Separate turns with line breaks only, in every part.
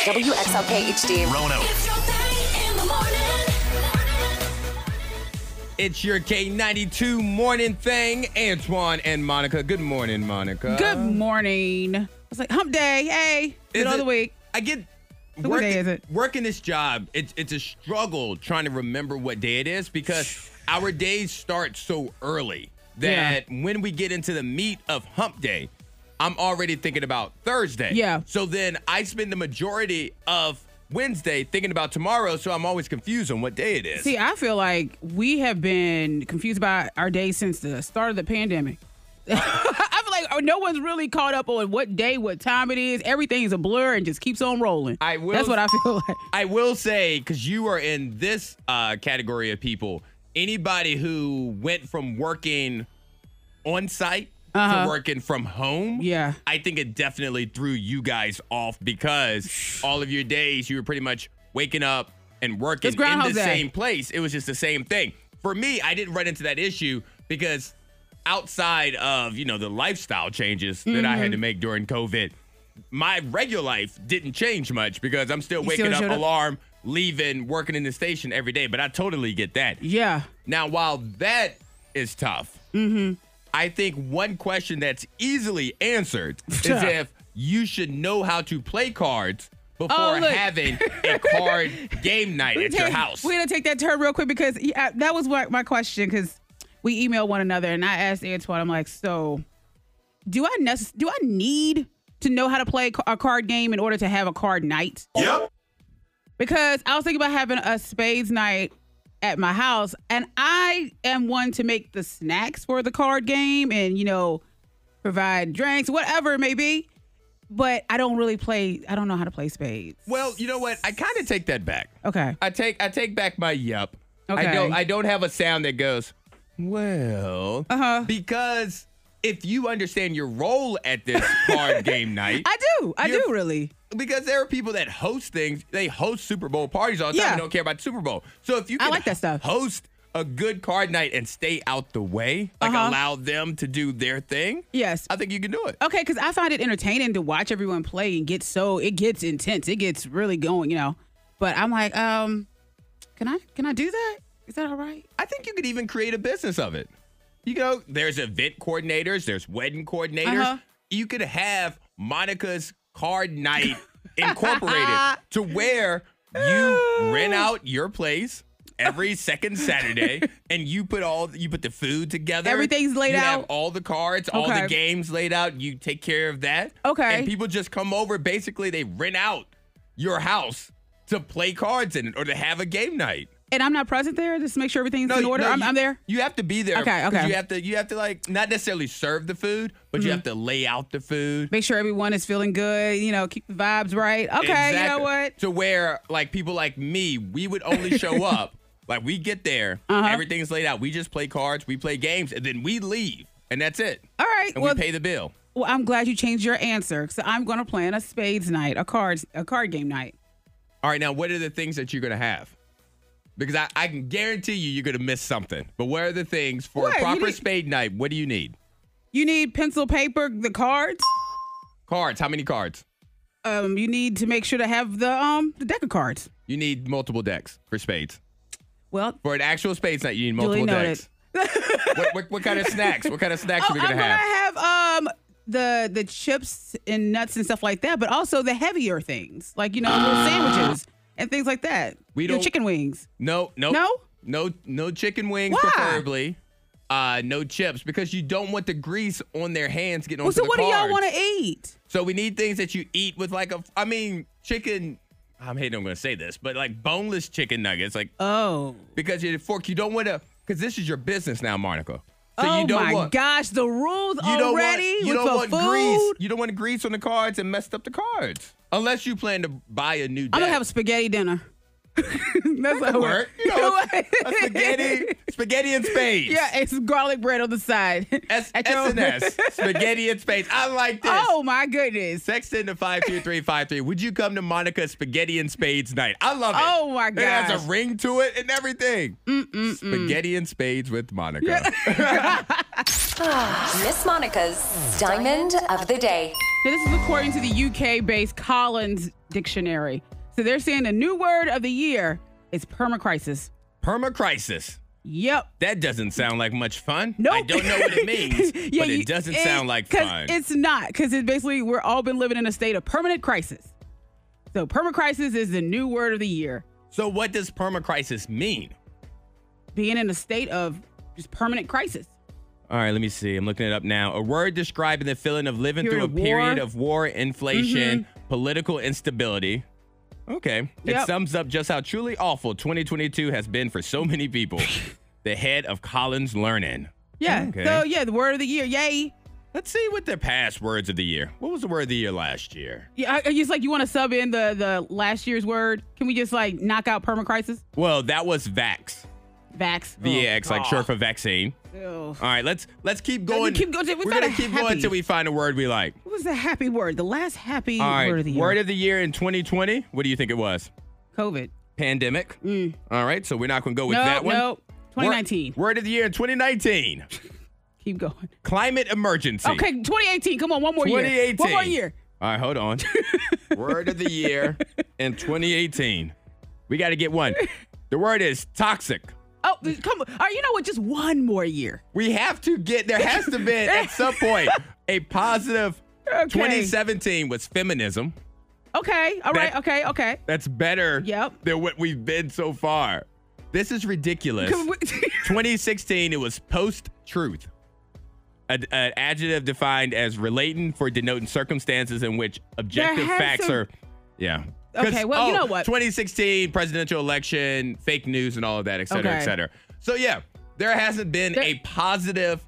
WXLK HD.
Rono.
It's your thing in the morning.
It's your K92 morning thing, Antoine and Monica. Good morning, Monica.
Good morning. I was like, hump day. Hey,
Is
middle of
it-
the week.
I get
What day is it?
working this job. It's it's a struggle trying to remember what day it is because our days start so early that when we get into the meat of hump day, I'm already thinking about Thursday.
Yeah.
So then I spend the majority of Wednesday thinking about tomorrow, so I'm always confused on what day it is.
See, I feel like we have been confused by our day since the start of the pandemic. I feel like oh, no one's really caught up on what day, what time it is. Everything's a blur and just keeps on rolling.
I will-
That's what I feel like.
I will say, because you are in this uh, category of people, anybody who went from working on site to working from home,
Uh-huh. Yeah.
I think it definitely threw you guys off because all of your days you were pretty much waking up and working
It's
in the
Groundhog Day.
same place. It was just the same thing. For me, I didn't run into that issue because outside of you know the lifestyle changes that I had
Mm-hmm.
to make during COVID, my regular life didn't change much because I'm still
You
waking
still
up,
showed up?
alarm, leaving, working in the station every day. But I totally get that.
Yeah.
Now, while that is tough,
Mm-hmm.
I think one question that's easily answered is
Yeah.
if you should know how to play cards before
Oh, look.
having a card game night at your
Hey,
house.
We're gonna take that turn real quick because yeah, that was what my question. Because we emailed one another, and I asked Antoine, I'm like, so do I nece- do I need to know how to play ca- a card game in order to have a card night?
Yep.
Because I was thinking about having a spades night at my house, and I am one to make the snacks for the card game, and you know, provide drinks, whatever it may be. But I don't really play. I don't know how to play spades.
Well, you know what? I kind of take that back.
Okay.
I take I take back my yup. I
Okay.
don't I don't have a sound that goes, well,
Uh-huh.
because if you understand your role at this card game night,
I do. I
You're-
do really.
because there are people that host things. They host Super Bowl parties all the time.
Yeah.
and don't care about the Super Bowl. So if you
I
can
like that stuff.
host a good card night and stay out the way, like
Uh-huh.
allow them to do their thing,
Yes.
I think you can do it.
Okay, because I find it entertaining to watch everyone play and get so it gets intense. It gets really going, you know. But I'm like, um, can I can I do that? Is that all right?
I think you could even create a business of it. You know, there's event coordinators, there's wedding coordinators.
Uh-huh.
You could have Monica's card night incorporated to where you rent out your place every second Saturday and you put all you put the food together.
Everything's laid
you Have
out?
all the cards, all the
Okay.
games laid out. You take care of that.
Okay.
And people just come over. Basically, they rent out your house to play cards in it or to have a game night.
And I'm not present there. Just make sure everything's in order. I'm,
you,
I'm there.
You have to be there.
Okay,
'cause
okay. Mm-hmm.
You have to. You have to like not necessarily serve the food, but you have to lay out the food.
Make sure everyone is feeling good. You know, keep the vibes right. Okay, you know
Exactly.
what?
To where like people like me, we would only show up. Like we get there,
Uh-huh.
everything's laid out. We just play cards, we play games, and then we leave, and that's it.
All right.
And
Well,
we pay the bill.
well, I'm glad you changed your answer. So I'm gonna plan a spades night, a cards, a card game night.
All right. Now, what are the things that you're gonna have? Because I, I can guarantee you, you're gonna miss something. But what are the things for
What?
a
You
proper
need-
spade night? What do you need?
You need pencil, paper, the cards.
Cards. How many cards?
Um, you need to make sure to have the um the deck of cards.
You need multiple decks for spades.
Well,
For an actual spades night, you need
Duly
multiple
noted. Oh,
decks. what, what, what kind of snacks? What kind of snacks are we gonna
I'm
have?
gonna have um the the chips and nuts and stuff like that, but also the heavier things like you know little sandwiches and things like that.
We
You know,
don't-
chicken wings.
no, no,
No?
no, no chicken wings,
Why?
preferably. Uh, no chips because you don't want the grease on their hands getting on
Well, so
the
what do y'all
cards.
want to eat?
So we need things that you eat with like a, I mean, chicken. I'm hating. I'm gonna say this, but like boneless chicken nuggets, like
Oh,
because you fork. You don't want to because this is your business now, Monica. So
oh
you don't
my
want.
gosh, the rules
You don't
already
want, you
with
don't
the
want
food.
grease. You don't want grease on the cards and messed up the cards. Unless you plan to buy a new deck.
I'm gonna have a spaghetti dinner. That's
That
how
could
it
work. You know, a, a spaghetti, spaghetti in space.
Yeah, it's garlic bread on the side.
S
At your-
and S. Spaghetti in space. I like this.
Oh my goodness.
Text into 52353. Would you come to Monica's Spaghetti and Spades night? I love it.
Oh, my
It has
gosh.
a ring to it and everything. Spaghetti and Spades with Monica.
Miss Monica's Diamond of the Day.
Now, this is according to the UK based Collins Dictionary. So they're saying the new word of the year is permacrisis.
Perma crisis.
Yep.
That doesn't sound like much fun.
Nope.
I don't know what it means, but it
you-
doesn't sound like
'cause
fun.
It's not, because it basically we're all been living in a state of permanent crisis. So permacrisis is the new word of the year.
so, what does perma crisis mean?
Being in a state of just permanent crisis.
All right, let me see. I'm looking it up now. A word describing the feeling of living
Period
through a
of war. Mm-hmm.
period of war, inflation, political instability. Okay. It
Yep.
sums up just how truly awful 2022 has been for so many people. the head of Collins Learning.
Yeah.
Oh, Okay.
So yeah, the word of the year. Yay.
Let's see what the past words of the year. What was the word of the year last year?
Yeah, I, I just like you want to sub in the the last year's word. Can we just like knock out permacrisis?
Well, that was Vax.
Vax.
VX,
Oh,
like sure for vaccine.
Ugh.
All right, let's let's keep
we
going.
keep going till we
We're
find
gonna
a
keep going
happy.
until we find a word we like.
What was the happy word? The last happy
All right,
word of the year.
year in 2020. What do you think it was?
COVID.
pandemic.
Mm.
All right, so we're not going to go with
No,
that one.
no.
Wor-
2019.
Word, of the year in 2019.
Keep going.
Climate emergency.
Okay, 2018. Come on, one more year.
2018.
One more year.
All right, hold on. word of the year in 2018. We got to get one. The word is toxic.
Oh, come on. All right, you know what? Just one more year.
We have to get there has to be at some point a positive
Okay.
2017 was feminism.
Okay. All right.
That-
okay. Okay.
That's better
Yep.
than what we've been so far. This is ridiculous.
Can we-
2016, it was post truth, an adjective defined as relating for denoting circumstances in which objective
has
facts
to-
are. Yeah.
Okay,
'Cause-
well, you
oh,
know what?
2016 presidential election, fake news, and all of that, et cetera, et
Okay.
cetera. So, yeah, there hasn't been
There-
a positive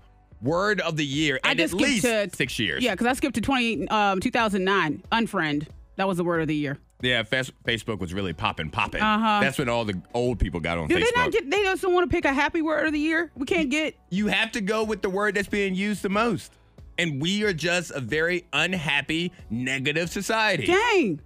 word of the year
I
in
just
at least
skipped to
six years.
Yeah, because I skipped to 20, um, 2009. Unfriend. That was the word of the year.
Yeah, fas- Facebook was really popping, popping.
Uh-huh.
That's when all the old people got on
Do
Facebook.
they not get? They just don't want to pick a happy word of the year. We can't get.
you have to go with the word that's being used the most. And we are just a very unhappy, negative society.
Dang.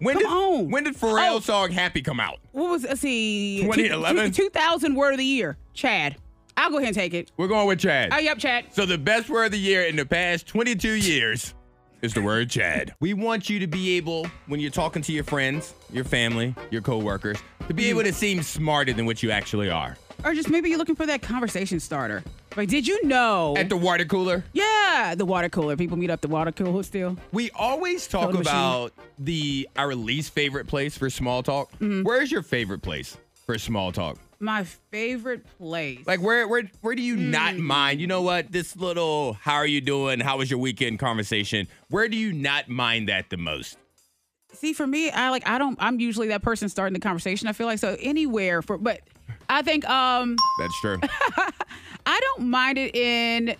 when
come
did,
on.
When did Pharrell's
Oh.
song Happy come out?
What was? Let's see.
2011?
2000 word of the year. Chad. I'll go ahead and take it.
We're going with Chad.
Oh, yep, Chad.
So the best word of the year in the past 22 years is the word Chad. We want you to be able, when you're talking to your friends, your family, your coworkers, to
Mm-hmm.
be able to seem smarter than what you actually are.
Or just maybe you're looking for that conversation starter. Like, did you know?
At the water cooler,
yeah, the water cooler. People meet up the water cooler still.
We always talk
Soda machine.
about the our least favorite place for small talk. Where's your favorite place for small talk?
My favorite place.
Like where where where do you not mind? You know what? This little how are you doing? How was your weekend conversation? Where do you not mind that the most?
see for me i like i don't i'm usually that person starting the conversation i feel like so anywhere for but i think um
That's true.
i don't mind it in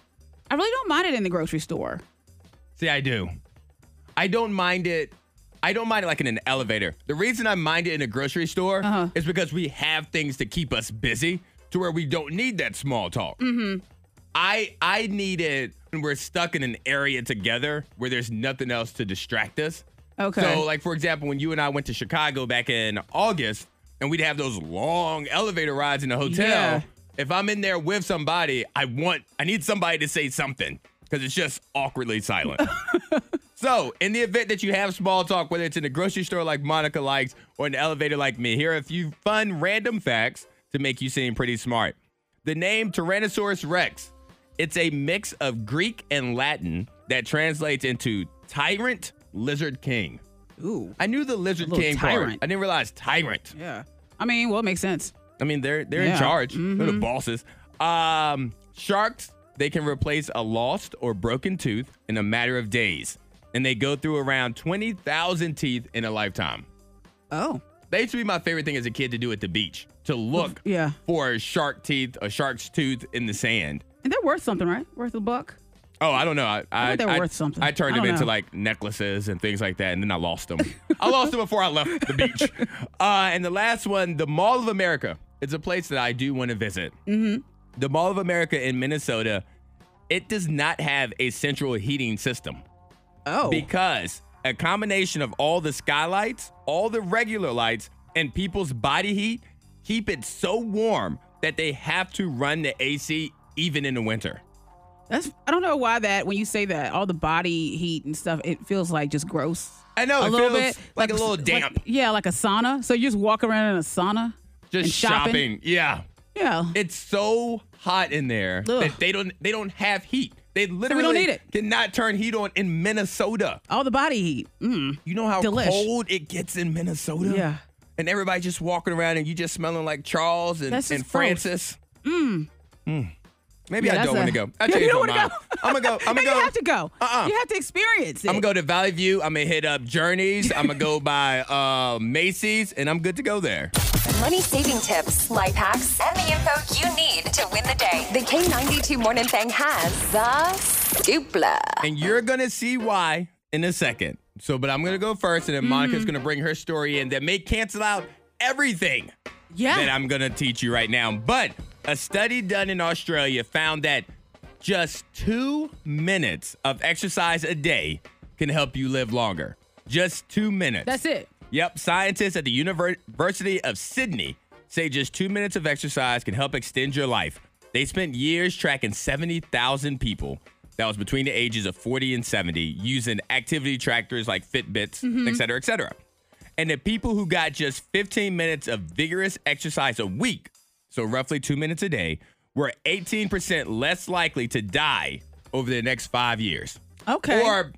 i really don't mind it in the grocery store
See, I do. I don't mind it. I don't mind it like in an elevator. The reason I mind it in a grocery store is because we have things to keep us busy to where we don't need that small talk. Mm-hmm. I I need it when we're stuck in an area together where there's nothing else to distract us.
Okay.
So, like for example, when you and I went to Chicago back in August, and we'd have those long elevator rides in the hotel.
Yeah.
If I'm in there with somebody, I want I need somebody to say something because it's just awkwardly silent. so, in the event that you have small talk, whether it's in a grocery store like Monica likes or an elevator like me, here are a few fun random facts to make you seem pretty smart. The name Tyrannosaurus Rex. It's a mix of Greek and Latin that translates into tyrant lizard king.
ooh
I knew the lizard
little
king part.
tyrant.
I didn't realize tyrant.
yeah i mean well it makes sense
I mean, they're they're in
Yeah. Mm-hmm.
charge. They're the bosses. Um, sharks they can replace a lost or broken tooth in a matter of days, and they go through around twenty thousand teeth in a lifetime.
oh
That used to be my favorite thing as a kid to do at the beach to look
yeah.
for shark teeth, a shark's tooth in the sand.
and they're worth something right worth a buck
Oh, I don't know. I I,
bet they're
I-
worth something.
I turned
I
them
don't
into
know.
like necklaces and things like that, and then I lost them. I lost them before I left the beach. Uh, and the last one, the Mall of America. It's a place that I do want to visit. Mm-hmm. The Mall of America in Minnesota. It does not have a central heating system
Oh.
because a combination of all the skylights, all the regular lights, and people's body heat keep it so warm that they have to run the AC even in the winter.
That's I don't know why that when you say that all the body heat and stuff it feels like just gross.
I know,
a
Oh, it
little
feels
bit
like a little
like-
damp.
yeah, like a sauna. So you just walk around in a sauna,
Just
and
shopping. Yeah.
Yeah,
It's so hot in there
Ugh.
that they don't they don't have heat. They literally
need it.
cannot turn heat on in Minnesota.
all the body heat. Mm.
You know how
Delish.
cold it gets in Minnesota?
Yeah.
And everybody just walking around and you just smelling like Charles and,
That's just
and Francis. Mm. Maybe
Yeah,
I
that's
don't
a-
want to go. I
You
changed
don't
my
wanna
mind. I'm gonna go. I'm
No,
gonna go.
you have to go.
Uh-uh.
You have to experience it.
I'm gonna go to Valley View. I'm gonna hit up Journeys. I'm gonna go by uh, Macy's, and I'm good to go there.
Money saving tips, life hacks, and the info you need to win the day. The K92 Morning Thing has the dupla.
And you're gonna see why in a second. So, but I'm gonna go first, and then
Mm-hmm.
Monica's gonna bring her story in that may cancel out everything
yeah.
that I'm gonna teach you right now. But a study done in Australia found that just two minutes of exercise a day can help you live longer. Just two minutes.
That's it.
Yep, scientists at the University of Sydney say just two minutes of exercise can help extend your life. They spent years tracking 70,000 people that was between the ages of 40 and 70 using activity trackers like Fitbits, et cetera, et cetera. And the people who got just 15 minutes of vigorous exercise a week, so roughly two minutes a day, were 18% less likely to die over the next five years
Okay.
or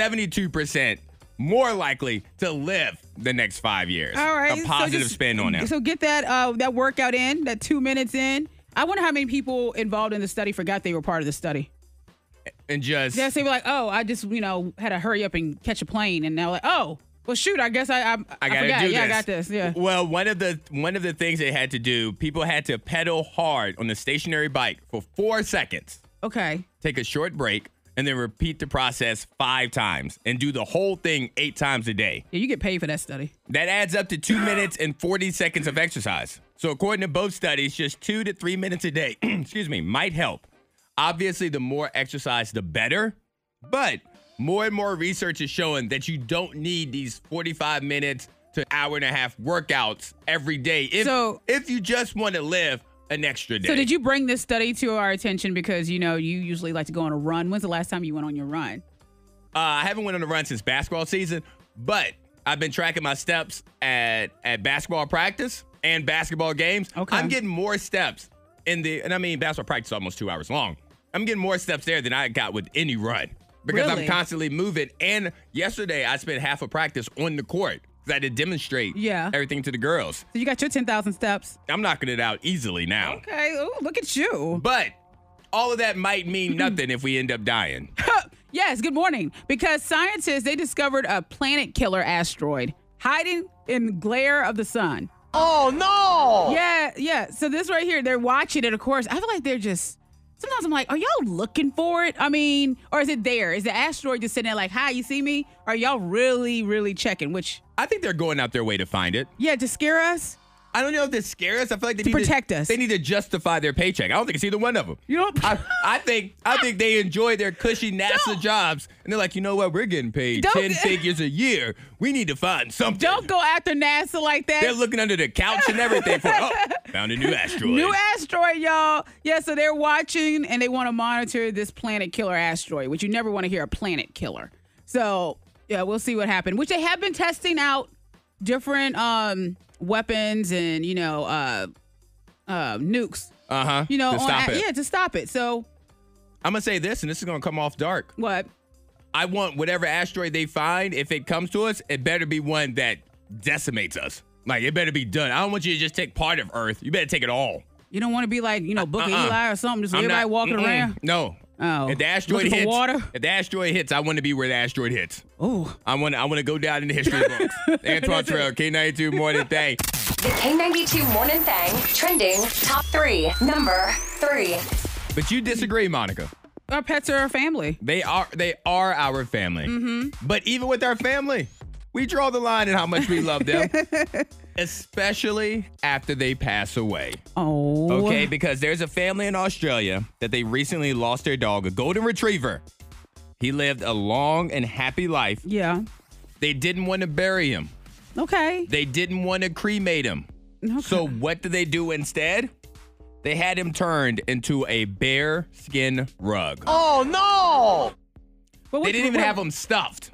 72% more likely to live the next five years.
all right.
A
so
positive
just-
spin on that.
So get that uh, that workout in, that two minutes in. I wonder how many people involved in the study forgot they were part of the study.
and just,
Yes, they were like, oh, I just, you know, had to hurry up and catch a plane. And now, like, oh, well, shoot, I guess I, I,
I gotta
forgot. yeah,
do this.
I got this. Yeah.
Well, one of the one of the things they had to do, people had to pedal hard on the stationary bike for four seconds,
Okay.
take a short break, and then repeat the process five times and do the whole thing eight times a day.
Yeah, you get paid for that study.
That adds up to two minutes and 40 seconds of exercise. So, according to both studies, just two to three minutes a day, excuse me, might help. Obviously, the more exercise, the better. But more and more research is showing that you don't need these 45 minutes to hour and a half workouts every day if,
So-
if you just want to live an extra day.
So did you bring this study to our attention because you know you usually like to go on a run? When's the last time you went on your run?
Uh, I haven't went on a run since basketball season, but I've been tracking my steps at at basketball practice and basketball games.
Okay.
I'm getting more steps in the, and I mean basketball practice is almost two hours long. I'm getting more steps there than I got with any run because
Really?
I'm constantly moving. And yesterday I spent half a practice on the court because I had to demonstrate
Yeah.
everything to the girls.
So you got your ten thousand steps.
I'm knocking it out easily now.
Okay. Oh, look at you.
But all of that might mean nothing if we end up dying.
Yes. Good morning. Because scientists they discovered a planet killer asteroid hiding in the glare of the sun. Oh no. Yeah. Yeah. So this right here, they're watching it. Of course, I feel like they're just. Sometimes I'm like, are y'all looking for it? I mean, or is it there? Is the asteroid just sitting there like, hi, you see me? Are y'all really, really checking? Which,
I think they're going out their way to find it.
yeah, to scare us?
I don't know if this scares us. I feel like they
To
need
protect us.
They need to justify their paycheck. I don't think it's either one of them.
You don't.
I, I think I think they enjoy their cushy NASA jobs, and they're like, you know what? We're getting paid
Don't-
ten figures a year. We need to find something.
Don't go after NASA like that.
They're looking under the couch and everything for. Oh, found a new asteroid.
New asteroid, y'all. Yeah, so they're watching and they want to monitor this planet killer asteroid, which you never want to hear a planet killer. So, yeah, we'll see what happened. Which they have been testing out different um weapons and, you know, uh uh nukes.
uh huh.
You know,
to
on
stop
a-
it.
yeah, to stop it. So,
I'm gonna say this, and this is gonna come off dark.
what?
I want whatever asteroid they find, if it comes to us, it better be one that decimates us. Like it better be done. I don't want you to just take part of Earth. You better take it all.
You don't want to be like, you know, Book of
Uh-uh.
Eli or something, just
I'm
everybody
not-
walking
mm-mm,
around.
No.
Oh.
If the asteroid
Looking for
hits,
water?
if the asteroid hits, I want to be where the asteroid hits.
Oh.
I want. I want to go down in the history books. Antoine
That's it.
Trail, K ninety two morning thing.
The K92 Morning Thing trending top three. Number three.
But you disagree, Monica.
Our pets are our family.
They are they are our family.
Mm-hmm.
But even with our family, we draw the line in how much we love them, especially after they pass away.
Oh.
Okay, because there's a family in Australia that they recently lost their dog, a golden retriever. He lived a long and happy life.
Yeah.
They didn't want to bury him.
Okay.
They didn't want to cremate him.
Okay.
So what did they do instead? They had him turned into a bear skin rug.
Oh, But
They
what-
didn't even
what-
have them stuffed.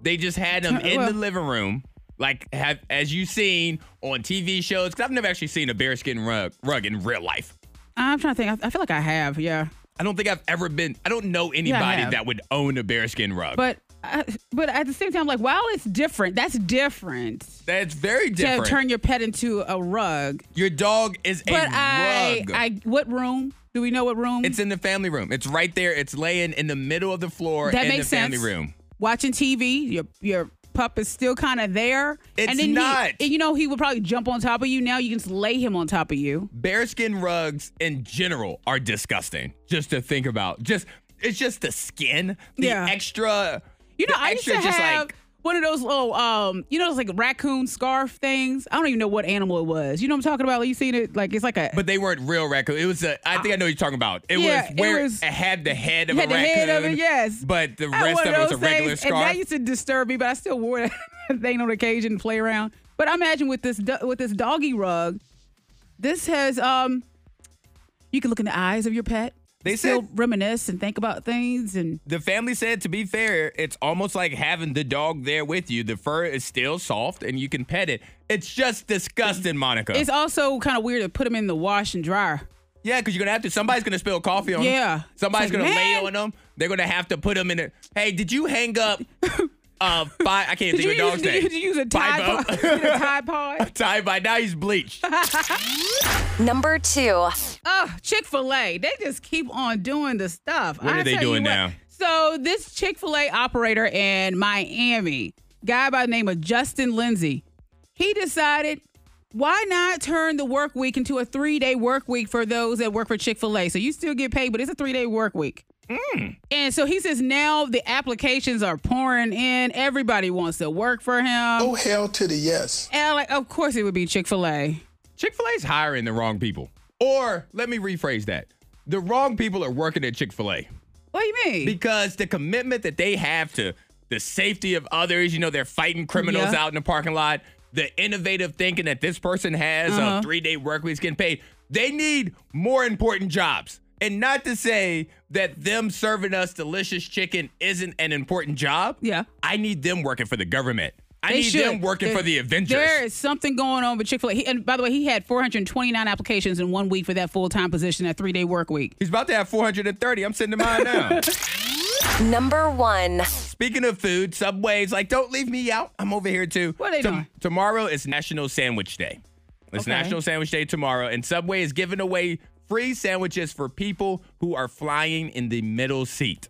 They just had them
Uh,
in the
well-
living room, like have as you seen on TV shows. Because I've never actually seen a bearskin rug rug in real life.
I'm trying to think. I, I feel like I have. Yeah.
I don't think I've ever been. I don't know anybody
have.
that would own a bearskin rug.
But I, but at the same time, like while it's different, that's different.
That's very different.
To turn your pet into a rug.
your dog is a
But I,
rug.
I, what room? Do we know what room?
it's in the family room. It's right there. It's laying in the middle of the floor
that
in
makes
the
sense.
family room.
Watching TV, your your pup is still kind of there.
It's
and then he-
not.
and you know he would probably jump on top of you. Now you can just lay him on top of you.
Bearskin rugs in general are disgusting. Just to think about. Just it's just the skin, the
Yeah.
extra.
You know,
the
I used
extra
to
just
have
like
one of those little, um, you know, those like raccoon scarf things. I don't even know what animal it was. You know what I'm talking about? You seen it? Like it's like a.
But they weren't real raccoon. It was a. I think I know what you're talking about. It
Yeah,
was where it,
it was-
had the head of
had
a
the
raccoon.
head of it, yes.
But the
I had
rest
one
of it was a
those
regular
things, And
scarf.
that used to disturb me, but I still wore that thing on occasion to play around. But I imagine with this do- with this doggy rug, this has um, you can look in the eyes of your pet.
They
still
said-
reminisce and think about things, and
the family said, to be fair, it's almost like having the dog there with you. The fur is still soft and you can pet it. It's just disgusting, Monica.
it's also kind of weird to put them in the wash and dryer.
yeah, because you're gonna have to. Somebody's gonna spill coffee on
Yeah.
them. Somebody's
It's like,
gonna
man.
lay on them. They're gonna have to put them in it. Hey, did you hang up? Uh, five. I
Did
can't think
you,
of dog's
use, did
name.
you, did you use a
Five-o.
Tide Pod? Did you use a Tide Pod?
Ty, by now he's bleached.
Number two.
Oh, Chick Fil A! They just keep on doing the stuff.
What are
I
they
tell you
doing
what.
now?
So this Chick Fil A operator in Miami, guy by the name of Justin Lindsay, he decided why not turn the work week into a three day work week for those that work for Chick Fil A? So you still get paid, but it's a three day work week.
Hmm.
And so he says now the applications are pouring in. Everybody wants to work for him.
Oh, hell to the yes.
And like, of course it would be Chick Fil A.
Chick fil A's hiring the wrong people. Or let me rephrase that the wrong people are working at Chick fil A
What do you mean?
because the commitment that they have to the safety of others, you know, they're fighting criminals
Yeah.
out in the parking lot, the innovative thinking that this person has
Uh-huh.
of three day work weeks getting paid. They need more important jobs. And not to say that them serving us delicious chicken isn't an important job.
Yeah.
I need them working for the government. I
They
need
should.
them working
There-
for the Avengers.
There is something going on with Chick Fil A. And by the way, he had 429 applications in one week for that full time position, that three day work week.
He's about to have 430. I'm sending mine now.
Number one.
Speaking of food, Subway's like, don't leave me out. I'm over here too.
What are they doing?
Tomorrow is National Sandwich Day. It's
Okay.
National Sandwich Day tomorrow, and Subway is giving away free sandwiches for people who are flying in the middle seat.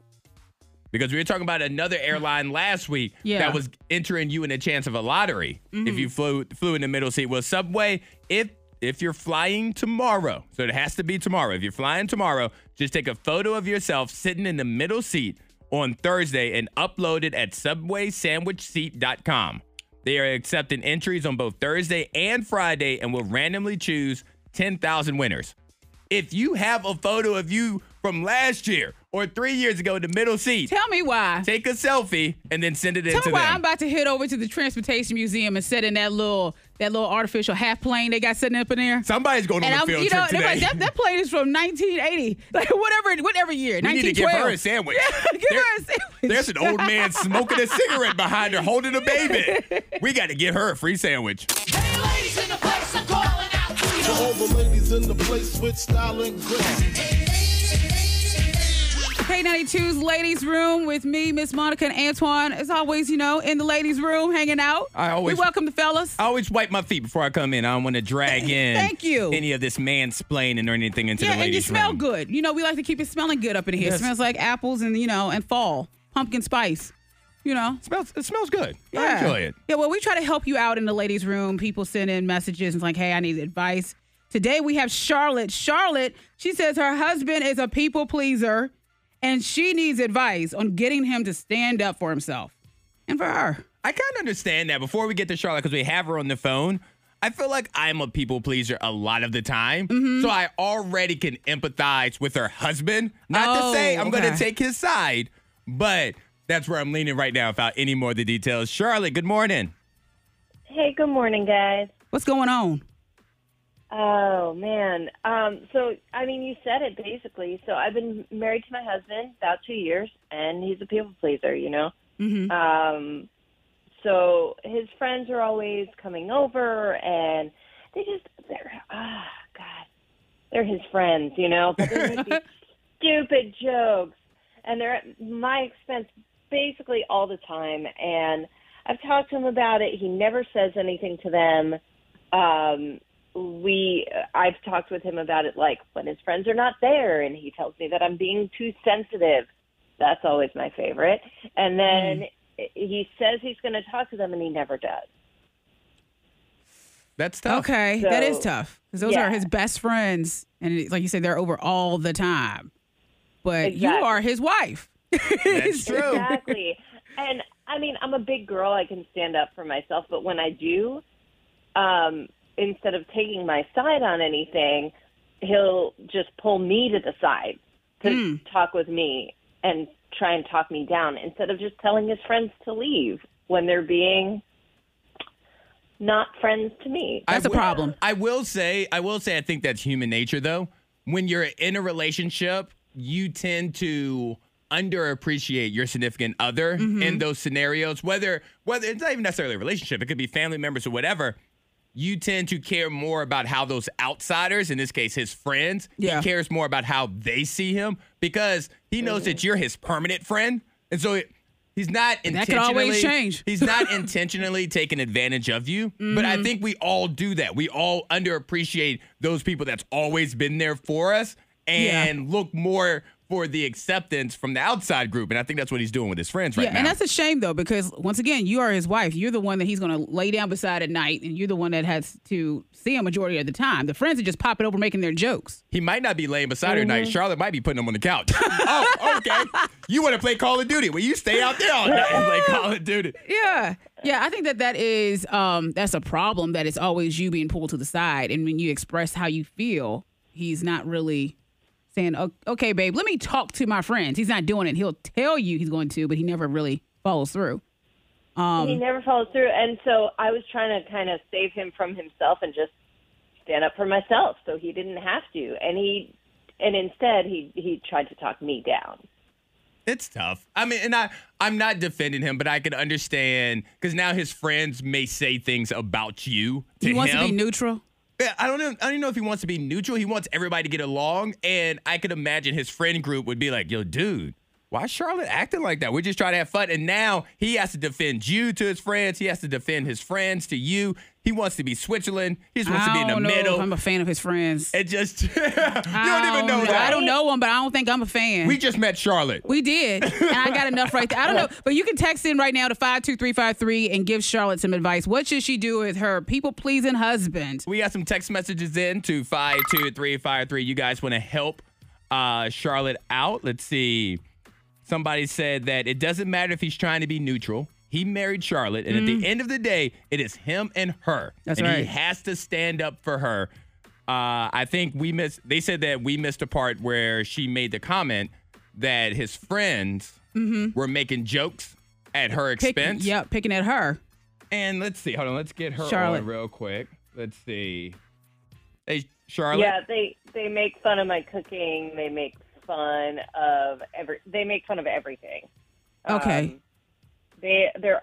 Because we were talking about another airline last week
Yeah.
that was entering you in a chance of a lottery if you flew flew in the middle seat. Well, Subway, if if you're flying tomorrow, so it has to be tomorrow. If you're flying tomorrow, just take a photo of yourself sitting in the middle seat on Thursday and upload it at subwaysandwichseat.com. They are accepting entries on both Thursday and Friday and will randomly choose 10,000 winners. If you have a photo of you from last year or three years ago in the middle seat,
Tell me why.
take a selfie and then send it in
Tell
to
me why I'm
them.
about to head over to the transportation museum and sit in that little that little artificial half plane they got sitting up in there.
Somebody's going on
and
a
I'm,
field
you know,
trip
they're
today.
like, that, that plane is from 1980, like whatever, whatever year.
we need to give her a
1912.
sandwich.
Give her a sandwich.
There's an old man smoking a cigarette behind her, holding a baby. We got to get her a free sandwich.
Hey, ladies in the place, I'm calling out to you.
To all the ladies in the place with style and grace.
K92's ladies' room with me, Miss Monica and Antoine. As always, you know, in the ladies' room, hanging out.
I always-
we welcome the fellas.
I always wipe my feet before I come in. I don't want to drag in
Thank you.
any of this mansplaining or anything into
yeah,
the
and you
ladies'
smell
room.
good. You know, we like to keep it smelling good up in here.
Yes.
It smells like apples and you know, and fall, pumpkin spice. You know.
Smells, it smells good.
Yeah.
I enjoy it.
Yeah, well, we try to help you out in the ladies' room. People send in messages and it's like, hey, I need advice. Today we have Charlotte. Charlotte, she says her husband is a people pleaser and she needs advice on getting him to stand up for himself and for her.
I kind of understand that. Before we get to Charlotte, because we have her on the phone, I feel like I'm a people pleaser a lot of the time.
Mm-hmm.
So I already can empathize with her husband. Not
Oh,
to say I'm going
okay.
to take his side, but that's where I'm leaning right now without any more of the details. Charlotte, good morning.
Hey, good morning, guys.
What's going on?
Oh man. Um, so I mean, you said it basically. So I've been married to my husband about two years, and he's a people pleaser, you know. Um, so his friends are always coming over, and they just they're ah god, they're his friends, you know. But they make these stupid jokes, and they're at my expense basically all the time. And I've talked to him about it. He never says anything to them um we I've talked with him about it like when his friends are not there and he tells me that I'm being too sensitive. That's always my favorite. And then he says he's going to talk to them and he never does.
That's tough.
Okay, that is
So,
tough. 'Cause those
yeah.
are his best friends, and it- like you said, they're over all the time. But you
Exactly.
are his wife.
That's true.
Exactly. and I mean, I'm a big girl. I can stand up for myself, but when I do, um, instead of taking my side on anything, he'll just pull me to the side to talk with me and try and talk me down instead of just telling his friends to leave when they're being not friends to me.
That's
a
a problem.
I will say, I will say, I think that's human nature, though. When you're in a relationship, you tend to underappreciate your significant other
Mm-hmm.
in those scenarios. Whether whether it's not even necessarily a relationship, it could be family members or whatever. You tend to care more about how those outsiders, in this case, his friends,
Yeah.
he cares more about how they see him because he knows that you're his permanent friend, and so it, he's not
that could always
intentionally-
change.
He's not intentionally taking advantage of you, but
Mm-hmm.
I think we all do that. We all underappreciate those people that's always been there for us and look more for the acceptance from the outside group. And I think that's what he's doing with his friends right
yeah,
now.
and that's a shame though, because once again, you are his wife. You're the one that he's going to lay down beside at night, and you're the one that has to see him majority of the time. The friends are just popping over, making their jokes.
he might not be laying beside her
Mm-hmm.
tonight. Charlotte might be putting him on the couch. oh, okay. You want to play Call of Duty? Well, you stay out there all night and play Call of Duty.
Yeah, yeah. I think that that is um, that's a problem. That it's always you being pulled to the side, and when you express how you feel, he's not really saying, "O- "Okay, babe, let me talk to my friends." He's not doing it. He'll tell you he's going to, but he never really follows through.
he never follows through. And so I was trying to kind of save him from himself and just stand up for myself so he didn't have to. And he and instead he he tried to talk me down.
It's tough. I mean, and I I'm not defending him, but I can understand because now his friends may say things about you. To
He wants
him.
to be neutral.
Yeah, I don't know. I don't even know if he wants to be neutral. He wants everybody to get along, and I could imagine his friend group would be like, "Yo, dude, why is Charlotte acting like that? We're just trying to have fun." And now he has to defend you to his friends. He has to defend his friends to you. He wants to be Switzerland. He just wants to be
I
in the
don't know if I'm
middle.
a fan of his friends.
It just you don't even know
I don't
that.
I don't know him, but I don't think I'm a fan.
We just met Charlotte.
We did. And I got enough right there. I don't know. But you can text in right now to 52353 and give Charlotte some advice. What should she do with her people pleasing husband?
We got some text messages in to 52353. You guys want to help uh, Charlotte out? Let's see. Somebody said that it doesn't matter if he's trying to be neutral. He married Charlotte, and at the end of the day, it is him and her.
Mm. That's
and he
right.
has to stand up for her. Uh, I think we missed, they said that we missed a part where she made the comment that his friends
Mm-hmm.
were making jokes at her
Picking,
expense.
yep, picking at her.
And let's see. Hold on. Let's get her
Charlotte.
on real quick. Let's see. Hey, Charlotte.
Yeah, they they make fun of my cooking. They make fun of every. They make fun of everything.
Okay.
Um, they they're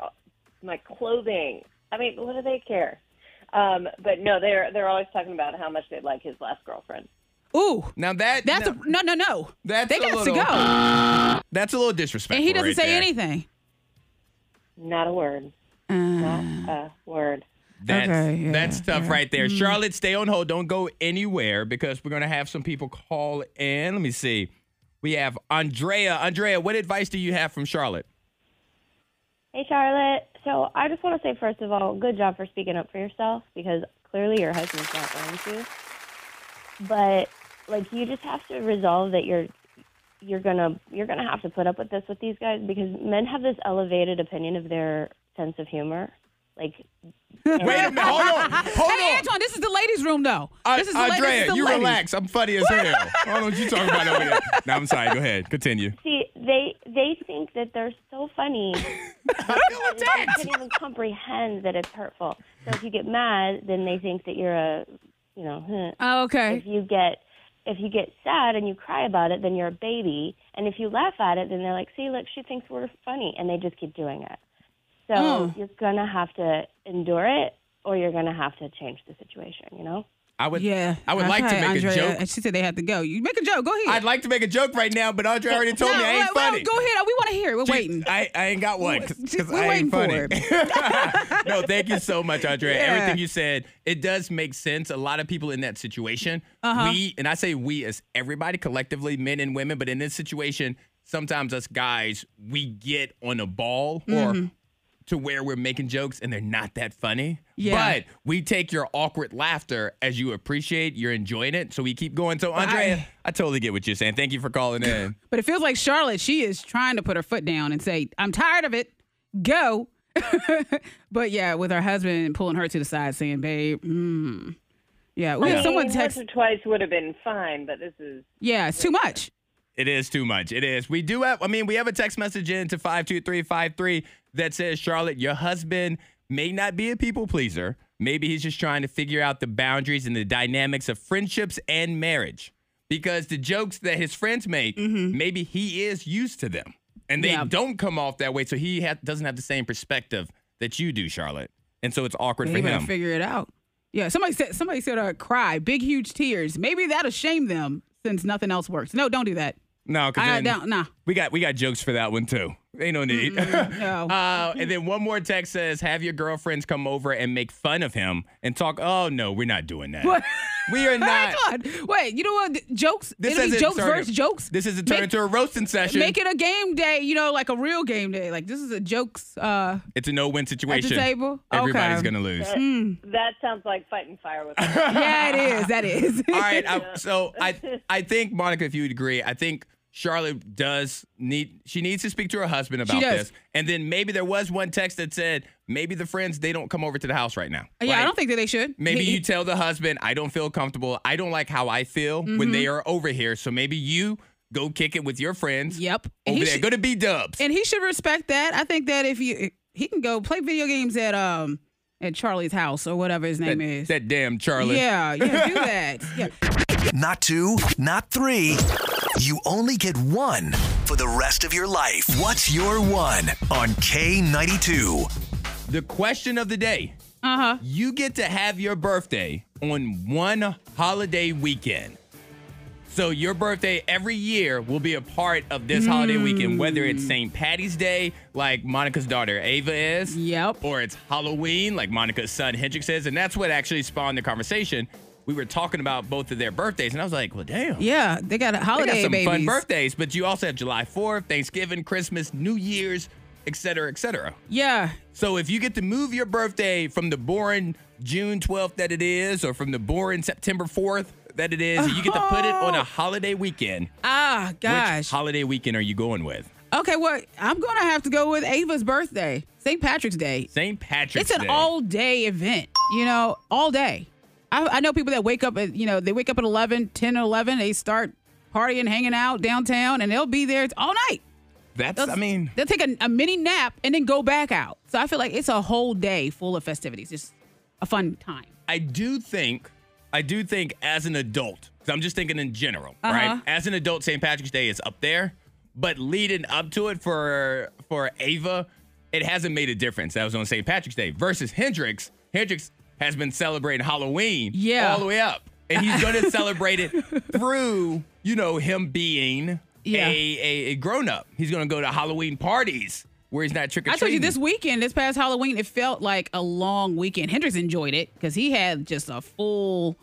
my clothing. I mean, what do they care? Um, but no, they're they're always talking about how much they like his last girlfriend.
Ooh.
Now that
That's
now,
a, Um, no, no, no.
That's
they
a
got
little-
to go.
that's a little disrespectful.
And he doesn't
right
say
there.
anything.
Not a word. Not a word.
That's
Okay, yeah, Hmm.
that's tough right there. Charlotte, stay on hold. Don't go anywhere because we're gonna have some people call in. Let me see. We have Andrea. Andrea, what advice do you have from Charlotte?
Hey, Charlotte. So I just want to say, first of all, good job for speaking up for yourself because clearly your husband's not going to. But like, you just have to resolve that you're you're gonna you're gonna have to put up with this with these guys because men have this elevated opinion of their sense of humor. Like,
Wait a minute. Hold on. Hold
hey,
on.
Antoine, this is the ladies' room, though.
Uh,
this is the la- this
Andrea,
is the
you
ladies.
relax. I'm funny as hell. I don't know what you talking about over there. No, I'm sorry. Go ahead. Continue.
see, they they think that they're so funny, and they can't even comprehend that it's hurtful. So if you get mad, then they think that you're a, you know, huh.
Oh,
if
okay.
you get if you get sad and you cry about it, then you're a baby. And if you laugh at it, then they're like, "See, look, she thinks we're funny," and they just keep doing it. So
Oh.
you're gonna have to endure it, or you're gonna have to change the situation. You know?
I would.
Yeah.
I would like to
Okay,
make
Andrea.
a joke.
And she said they had to go. You make a joke. Go ahead.
I'd like to make a joke right now, but Andrea already told
no,
me I ain't
well, well,
funny.
Go ahead. We want to hear it. We're
She-
waiting.
I, I ain't got one because
We're
I
waiting
ain't
for
funny.
it.
no, thank you so much, Andrea.
Yeah.
Everything you said, it does make sense. A lot of people in that situation,
Uh-huh.
we, and I say we as everybody collectively, men and women, but in this situation, sometimes us guys, we get on a ball
Mm-hmm.
or to where we're making jokes and they're not that funny.
Yeah.
But we take your awkward laughter as you appreciate, you're enjoying it. So we keep going. So, Andrea, I,
I-
totally get what you're saying. Thank you for calling in.
But it feels like Charlotte, she is trying to put her foot down and say, I'm tired of it. Go. but yeah, with her husband pulling her to the side saying, babe, mm. yeah. We had someone text,
twice would have been fine, but this is
yeah, it's too much.
It is too much. It is. We do have, I mean, we have a text message in to 52353 that says, Charlotte, your husband may not be a people pleaser. Maybe he's just trying to figure out the boundaries and the dynamics of friendships and marriage because the jokes that his friends make, maybe he is used to them and they
Mm-hmm. Yeah.
don't come off that way. So he ha- doesn't have the same perspective that you do, Charlotte. And so it's awkward
They
for
better
him.
figure it out. Yeah, somebody said somebody said uh, cry, big huge tears. Maybe that'll shame them since nothing else works. No, don't do that.
no, because
I
then
don't. Nah.
we got we got jokes for that one too. Ain't no need.
No.
Uh, and then one more text says, "Have your girlfriends come over and make fun of him and talk." Oh no, we're not doing that.
What?
We are not.
Oh my God. Wait, you know what? Th- Jokes. it'll be
isn't
jokes
turning-
versus jokes.
This is a turn
Make-
into a roasting session.
Make it a game day, you know, like a real game day. Like this is a jokes uh
it's a no-win
at the
situation.
table.
Everybody's
okay.
gonna lose.
that sounds like fighting fire with.
Yeah, it is. That is.
All right. I, so I I think Monica, if you would agree, I think Charlotte does need she needs to speak to her husband about
does.
this. And then maybe there was one text that said maybe the friends they don't come over to the house right now.
yeah, I
Like,
don't think that they should.
Maybe
He-
you tell the husband, I don't feel comfortable. I don't like how I feel when
Mm-hmm.
they are over here. So maybe you go kick it with your friends.
Yep. And
Over
he
there.
should-
go to B dubs.
and he should respect that. I think that if you he can go play video games at um at Charlie's house or whatever his name is.
That damn Charlie.
Yeah, yeah, do that. Yeah.
Not two, not three. You only get one for the rest of your life. What's your one on K92?
The question of the day.
Uh-huh.
You get to have your birthday on one holiday weekend. So your birthday every year will be a part of this holiday weekend, whether it's
Hmm.
St. Patty's Day, like Monica's daughter Ava is.
Yep.
Or it's Halloween, like Monica's son Hendrix is. And that's what actually spawned the conversation. We were talking about both of their birthdays, and I was like, well, damn.
Yeah, they got a
They
holiday
got some
babies.
fun birthdays, but you also have July 4th, Thanksgiving, Christmas, New Year's, et cetera, et cetera.
Yeah.
So if you get to move your birthday from the boring June 12th that it is, or from the boring September 4th that it is, you get to put it on a holiday weekend.
Ah,
Which
Uh-huh. gosh.
holiday weekend are you going with?
okay, well, I'm going to have to go with Ava's birthday, St. Patrick's Day.
St. Patrick's
it's an
Day.
all day event you know all day I, I know people that wake up at you know they wake up at 11 10 or 11 they start partying hanging out downtown and they'll be there all night
That's,
they'll,
I mean,
they'll take a, a mini nap and then go back out so i feel like it's a whole day full of festivities just a fun time
I do think, I do think as an adult, because I'm just thinking in general,
Uh-huh.
right? As an adult, St. Patrick's Day is up there, but leading up to it for for Ava, it hasn't made a difference. That was on St. Patrick's Day versus Hendrix. Hendrix has been celebrating Halloween
Yeah.
all the way up, and he's going to celebrate it through, you know, him being
Yeah.
a, a a grown up. He's going to go to Halloween parties where he's not trick or
i
treating.
told you this weekend this past halloween it felt like a long weekend hendrix enjoyed it because he had just a full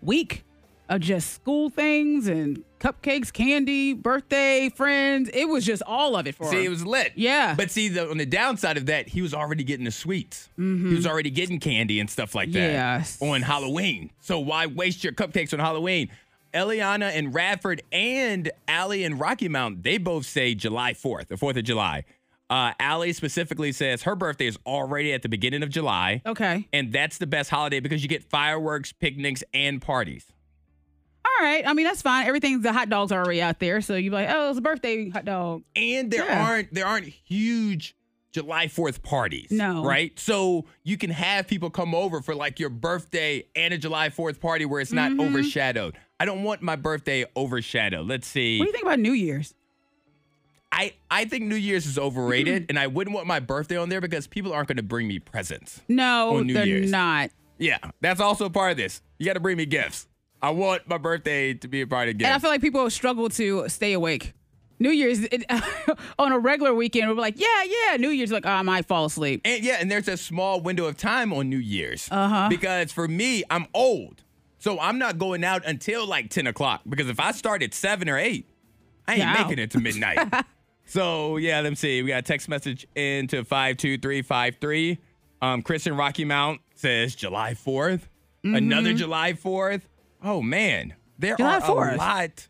week of just school things and cupcakes candy birthday friends it was just all of it for
See,
him
it was lit.
Yeah.
But see, the, on the downside of that, he was already getting the sweets. He was already getting candy and stuff like that
Mm-hmm. Yes.
on Halloween. So why waste your cupcakes on Halloween? Eliana and Radford and Allie and Rocky Mount, they both say July 4th, the 4th of July. Uh, Allie specifically says her birthday is already at the beginning of July.
Okay.
And that's the best holiday because you get fireworks, picnics, and parties.
All right. I mean, that's fine. Everything's the hot dogs are already out there. So you're like, oh, it's a birthday hot dog.
and there
Yeah.
aren't there aren't huge July 4th parties.
No.
Right? So you can have people come over for like your birthday and a July 4th party where it's
Mm-hmm.
not overshadowed. I don't want my birthday overshadowed. Let's see.
What do you think about New Year's?
I, I think New Year's is
Mm-hmm.
overrated and I wouldn't want my birthday on there because people aren't gonna bring me presents.
No,
On Oh, New
they're
Year's.
not.
Yeah. That's also part of this. You gotta bring me gifts. I want my birthday to be a part of gifts.
And I feel like people struggle to stay awake. New Year's it, on a regular weekend, we're like, yeah, yeah. New Year's, like, oh, I might fall asleep.
And yeah, and there's a small window of time on New Year's.
Uh-huh.
Because for me, I'm old. So I'm not going out until like 10 o'clock. Because if I start at 7 or 8, I ain't
Yeah.
making it to midnight. so yeah, let me see. We got a text message into 52353. Um, Chris in Rocky Mount says July 4th.
Mm-hmm.
Another July 4th. Oh man, there
July
are
4th.
a lot.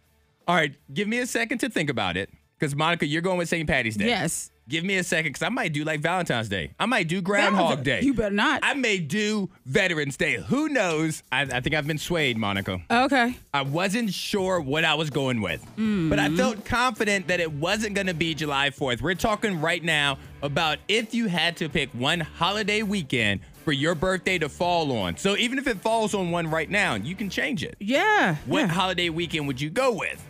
All right, give me a second to think about it. Because Monica, you're going with St. Patty's Day.
Yes.
Give me a second, because I might do like Valentine's Day. I might do Groundhog
Valentine-
Day.
You better not.
I may do Veterans Day. Who knows? I, I think I've been swayed, Monica.
Oh, okay.
I wasn't sure what I was going with,
Mm.
but I felt confident that it wasn't going to be July 4th. We're talking right now about if you had to pick one holiday weekend for your birthday to fall on. So even if it falls on one right now, you can change it.
Yeah.
What
yeah.
holiday weekend would you go with?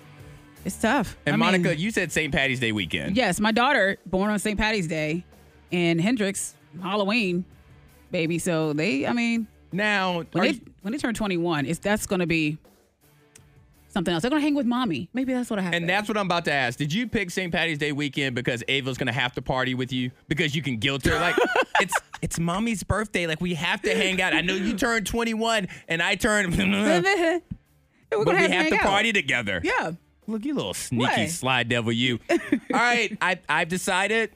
It's tough.
And
I
Monica,
mean,
you said St. Patty's Day weekend.
yes, my daughter born on St. Patty's Day, and Hendrix Halloween baby. So they, I mean,
Now,
when
are
they
you-
when they turn twenty one, it's that's gonna be something else. They're gonna hang with mommy. Maybe that's what I have.
And that's what I'm about to ask. Did you pick St. Patty's Day weekend because Ava's gonna have to party with you because you can guilt her? Like it's it's mommy's birthday. Like we have to hang out. I know you turned 21 and I turned,
we're gonna have
but we have,
to, hang
to
out.
party together.
Yeah.
Look, you little sneaky
What?
sly devil, you. All right, I I've decided,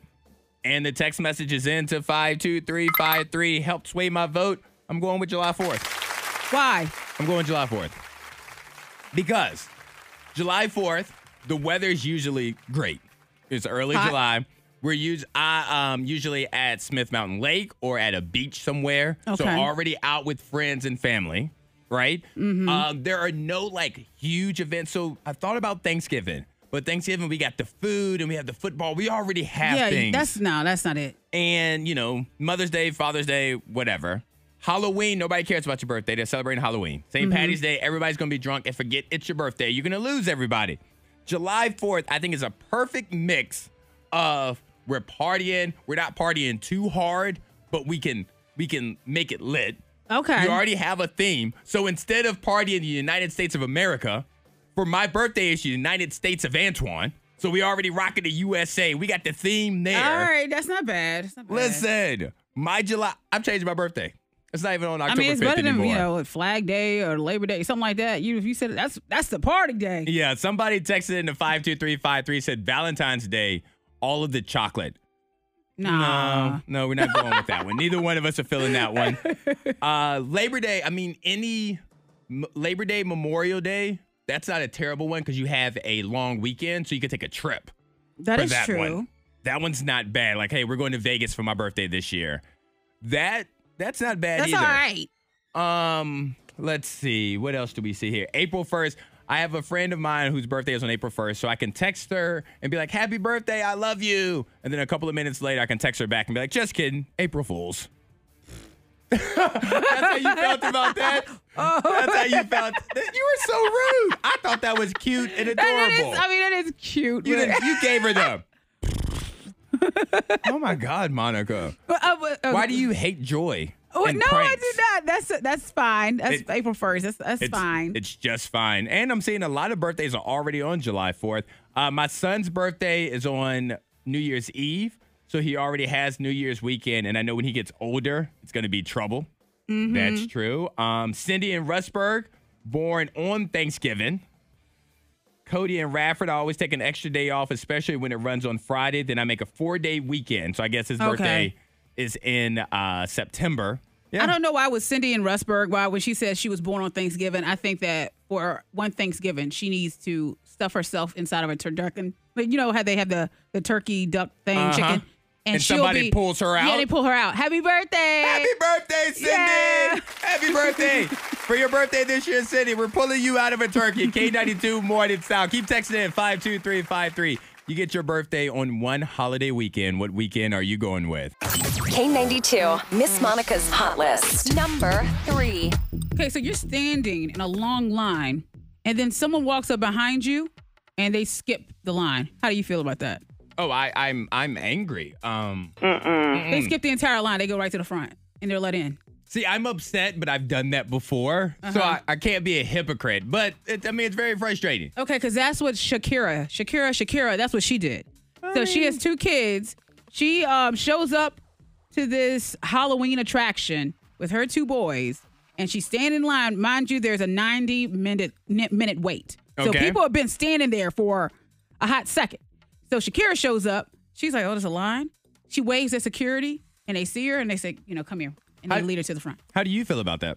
and the text message is in to five two three five three. Help sway my vote. I'm going with July 4th.
Why?
I'm going July 4th. Because July 4th, the weather's usually great. It's early
Hot.
July. We're us- I, um, usually at Smith Mountain Lake or at a beach somewhere. So
Okay.
already out with friends and family, right?
Mm-hmm.
Um, there are no like huge events. So I thought about Thanksgiving. But Thanksgiving, we got the food and we have the football. We already have
yeah.
things
That's no. That's not it.
and you know Mother's Day, Father's Day, whatever. Halloween, nobody cares about your birthday. They're celebrating Halloween. saint Patty's Day, everybody's gonna be drunk and forget it's your birthday. You're gonna lose everybody. July 4th, I think is a perfect mix of we're partying, we're not partying too hard, but we can we can make it lit.
Okay.
You already have a theme. So instead of partying the United States of America, for my birthday it's the United States of Antoine. So we already rocking the USA. We got the theme there.
All right. That's not bad. That's not bad.
Listen, my July. I'm changing my birthday. It's not even on
I
October
mean, it's
5th
better than
anymore.
you know Flag Day or Labor Day, something like that. You if you said that's that's the party day.
yeah, somebody texted into five two three five three said Valentine's Day. All of the chocolate.
Nah.
No, no, we're not going with that one. Neither one of us are feeling that one. Uh, Labor Day. I mean, any M- Labor Day, Memorial Day. That's not a terrible one because you have a long weekend, so you can take a trip.
That
for
is
that
true.
one. That one's not bad. Like, hey, we're going to Vegas for my birthday this year. That that's not bad
That's
either.
all right.
Um, let's see. What else do we see here? April 1st. I have a friend of mine whose birthday is on April 1st, so I can text her and be like, Happy birthday, I love you. And then a couple of minutes later, I can text her back and be like, Just kidding, April Fools. That's how you felt about that. That's how you felt. You were so rude. I thought that was cute and
That- that is-
adorable.
I mean, that is cute.
you,
but-
didn't- you gave her the. oh my God, Monica.
but, uh, but, uh,
Why do you hate joy?
Oh,
and
no, I
pranks?
do not. That's that's fine. That's
It-
April first. That's that's
It's
fine.
It's just fine. And I'm seeing a lot of birthdays are already on July 4th. Uh, my son's birthday is on New Year's Eve, so he already has New Year's weekend. And I know when he gets older, it's going to be trouble.
Mm-hmm.
That's true. Um, Cindy and Rustberg, born on Thanksgiving. Cody and Radford, I always take an extra day off, especially when it runs on Friday. Then I make a four day weekend. So I guess his
Okay.
birthday is in uh, September. Yeah.
I don't know why with Cindy and Rustberg, why when she said she was born on Thanksgiving, I think that for one Thanksgiving, she needs to stuff herself inside of a turducken. But you know how they have the the turkey duck thing,
Uh-huh.
chicken,
And
she'll
somebody
be-
pulls her
Yeah,
out?
they pull her out. Happy birthday!
Happy birthday, Cindy!
Yeah.
Happy birthday! For your birthday this year, Cindy, we're pulling you out of a turkey. K92 Morning Sound. Keep texting in 52353. You get your birthday on one holiday weekend. What weekend are you going with?
K92, Miss Monica's Hot List. Number three.
Okay, so you're standing in a long line, and then someone walks up behind you, and they skip the line. How do you feel about that?
Oh, I, I'm I'm angry. Um,
They skip the entire line. They go right to the front, and they're let in.
see, I'm upset, but I've done that before, so I, I can't be a hypocrite. But it, I mean, it's very frustrating.
Okay, because that's what Shakira, Shakira, Shakira, that's what she did. so she has two kids. She um, shows up to this Halloween attraction with her two boys, and she's standing in line. Mind you, there's a 90 minute ni- minute wait. So
Okay.
people have been standing there for a hot second. So Shakira shows up. She's like, "Oh, there's a line." She waves at security, and they see her, and they say, "You know, come here," and they
I-
lead her to the front.
How do you feel about that?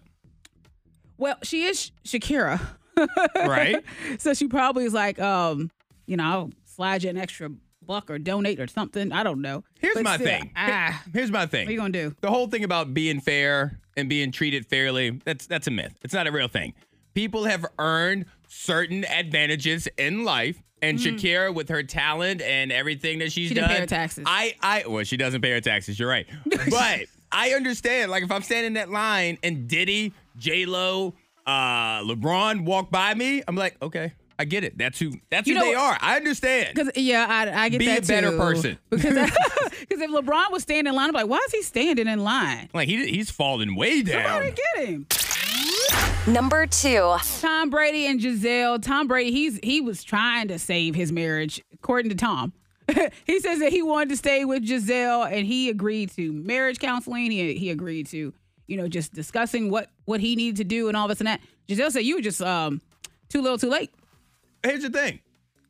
Well, she is Sh- Shakira.
Right?
So she probably is like, um, you know, I'll slide you an extra buck or donate or something. I don't know.
Here's
But
my
still,
thing.
Ah,
Here's my thing.
what you gonna do?
the whole thing about being fair and being treated fairly that's that's a myth it's not a real thing people have earned certain advantages in life and Shakira, with her talent and everything that she's
Mm. She
done,
didn't pay her taxes.
I, I, well, she doesn't pay her taxes. You're right, but I understand. Like if I'm standing in that line and Diddy, J Lo, uh, LeBron walk by me, I'm like, okay, I get it. That's who. That's
You
who
know-
they are. I understand.
Because yeah, I, I get
Be
that
a better
too.
person.
Because because if LeBron was standing in line, I'm like, why is he standing in line?
Like he, he's falling way
I
down.
didn't get him.
Number two.
Tom Brady and Giselle. Tom Brady, he's he was trying to save his marriage, according to Tom. he says that he wanted to stay with Giselle, and he agreed to marriage counseling. He he agreed to you know just discussing what what he needed to do and all this and that. Giselle said you were just um too little, too late.
here's the thing.